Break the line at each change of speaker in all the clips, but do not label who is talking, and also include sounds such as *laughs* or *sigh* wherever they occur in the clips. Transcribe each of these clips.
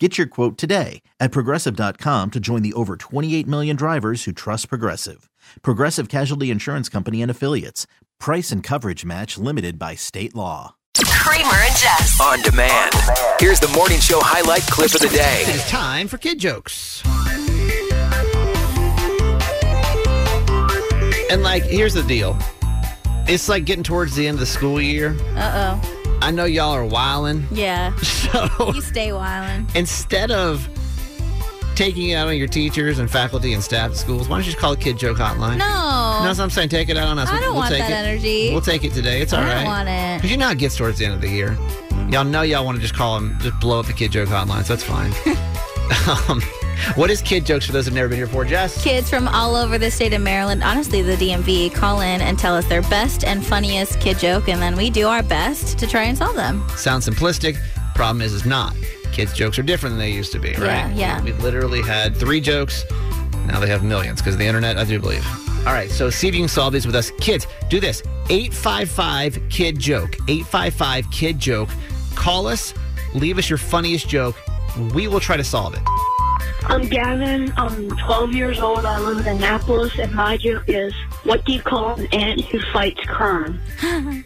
Get your quote today at progressive.com to join the over 28 million drivers who trust Progressive. Progressive Casualty Insurance Company and Affiliates. Price and coverage match limited by state law.
Kramer and Jess.
On demand. Here's the morning show highlight clip of the day.
It's time for kid jokes. And like, here's the deal. It's like getting towards the end of the school year.
Uh oh.
I know y'all are wilding,
Yeah.
*laughs* so
You stay wildin'.
instead of taking it out on your teachers and faculty and staff at schools, why don't you just call the kid joke hotline?
No.
No, that's what I'm saying. Take it out on us.
I
We'll-
don't
we'll
want
take
that
it.
energy.
We'll take it today. It's all
I
right.
don't want it.
Because you know how it gets towards the end of the year. Y'all know y'all want to just call them, just blow up the kid joke hotline, so that's fine. *laughs* um, what is kid jokes for those who've never been here before, Jess?
Kids from all over the state of Maryland, honestly, the DMV, call in and tell us their best and funniest kid joke, and then we do our best to try and solve them.
Sounds simplistic. Problem is, it's not. Kids' jokes are different than they used to be,
Yeah,
right?
yeah.
We literally had three jokes. Now they have millions because of the internet, I do believe. All right, so see if you can solve these with us. Kids, do this 855 Kid Joke. 855 Kid Joke. Call us, leave us your funniest joke. We will try to solve it.
I'm Gavin. I'm 12 years old. I live in Annapolis, and my joke is, what do you call an ant who fights crime?
And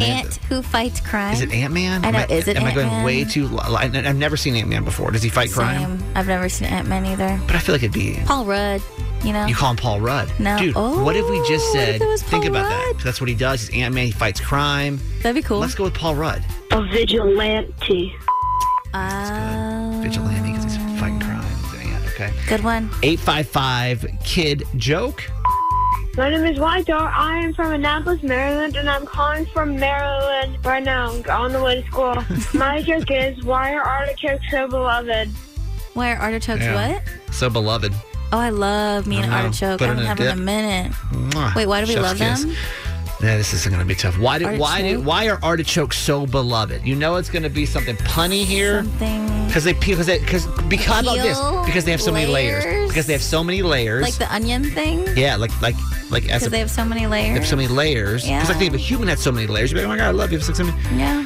Ant who fights crime.
Is it Ant Man?
I know, is it
Am I going
Ant-Man?
way too? li- li- I've never seen Ant Man before. Does he fight crime?
Same. I've never seen Ant Man either.
But I feel like it'd be
Paul Rudd, you know?
You call him Paul Rudd.
Uh-huh. No.
Dude, what if we just
Oh, what
said,
if it was
think
Paul
about that.
Rudd?
'cause That's what he does. He's Ant Man. He fights crime.
That'd be cool.
Let's go with Paul Rudd.
A vigilante.
Uh,
Vigilante because he's fighting crime. He's an ant, okay.
Good one.
855 Kid Joke.
My name is White Dog. I am from Annapolis, Maryland, and I'm calling from Maryland right now on the way to *laughs* school. My joke is, why are artichokes so beloved?
Why are artichokes
Yeah.
what?
So beloved.
Oh, I love me
I
an
know.
artichoke.
Put
I
it
haven't
in a
had one in a
dip.
minute.
Mwah.
Wait, why do we
Chef's
love
kiss.
them?
Yeah, this is going to be tough. Why do, why do,
Artichoke?
why are artichokes so beloved? You know it's going to be something punny here.
Something
Because they peel, because they, because, because about this,
Peel
because they have so many layers.
layers?
Because they have so many layers.
like the onion thing.
yeah, like, like, like as
Because
a
they have so many layers.
They have so many layers. Because like
Yeah.
they have a human has so many layers. You're like, oh my god, I love you. It's like so many-
yeah.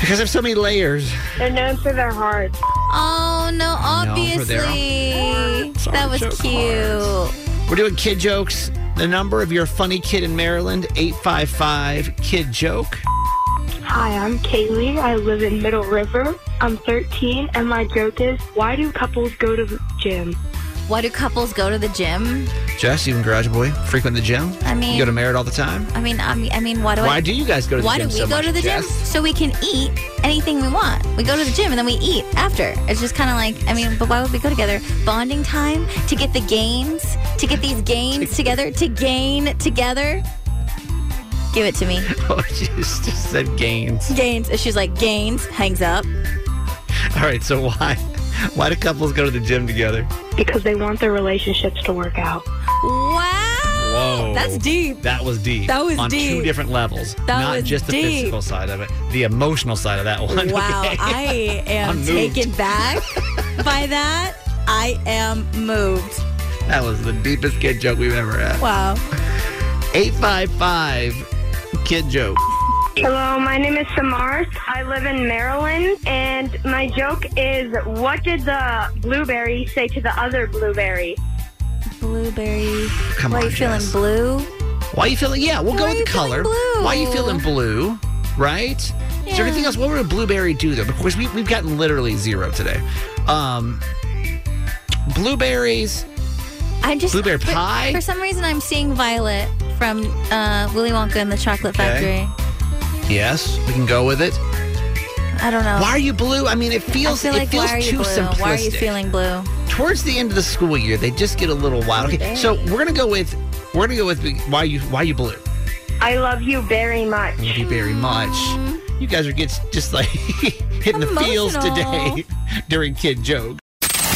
Because I have so many layers.
They're known for their hearts.
Oh no!
for
Obviously,
their-
that was
Artichoke
cute.
We're doing kid jokes. The number of your funny kid in Maryland, 855 Kid Joke.
Hi, I'm Kaylee. I live in Middle River. I'm 13, and my joke is, why do couples go to the gym?
Why do couples go to the gym?
Jess, you and Garage Boy frequent the gym.
I mean-
you go to Merritt all the time.
I mean, I mean, I mean, why do
Why
I?
do you guys go to the
why
gym?
do we
so
go
much,
to the gym?
Jess? *laughs*
So we can eat anything we want. We go to the gym and then we eat after. It's just kind of like, I mean, but why would we go together? Bonding time to get the gains, to get these
*laughs*
gains together, to gain together. Give it to me.
Oh, *laughs* she just just said gains.
Gains. She's like gains. Hangs up.
All right, so why? Why do couples go to the gym together?
Because they want their relationships to work out.
Wow.
Whoa.
That's deep.
That was deep.
That was
on two
deep.
different levels.
That
Not
was
just the
deep.
physical side of it, the emotional side of that *laughs* one.
Wow,
okay?
I am
I'm moved. *laughs*
taken back by that. I am moved.
That was the deepest kid joke we've ever had.
Wow.
855 kid joke.
Hello, my name is Samars. I live in Maryland, and my joke is, what did the blueberry say to the other blueberry?
Blueberry.
Come
Why
on,
are you feeling
Jess.
blue?
Why you feeling? Yeah, we'll
Why
go
are
with
you
the color.
feeling blue?
Why are you feeling blue? Right? Is there
Yeah.
anything else? What would a blueberry do though? Because we, we've gotten literally zero today. Um, blueberries.
I'm just
Blueberry
for-
pie?
For some reason, I'm seeing Violet from uh, Willy Wonka and the Chocolate
Okay.
Factory.
Yes, we can go with it.
I don't know.
Why are you blue? I mean, it
Oh. I
feels
feel like
it feels
why are you
too
blue?
simplistic.
Why are you feeling blue?
towards the end of the school year, they just get a little wild. Okay, so we're gonna go with we're gonna go with why you why you blue.
I love you very much.
Thank you very much. You guys are gets just like *laughs* hitting the feels *laughs*
Emotional.
today during kid jokes.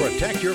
Protect your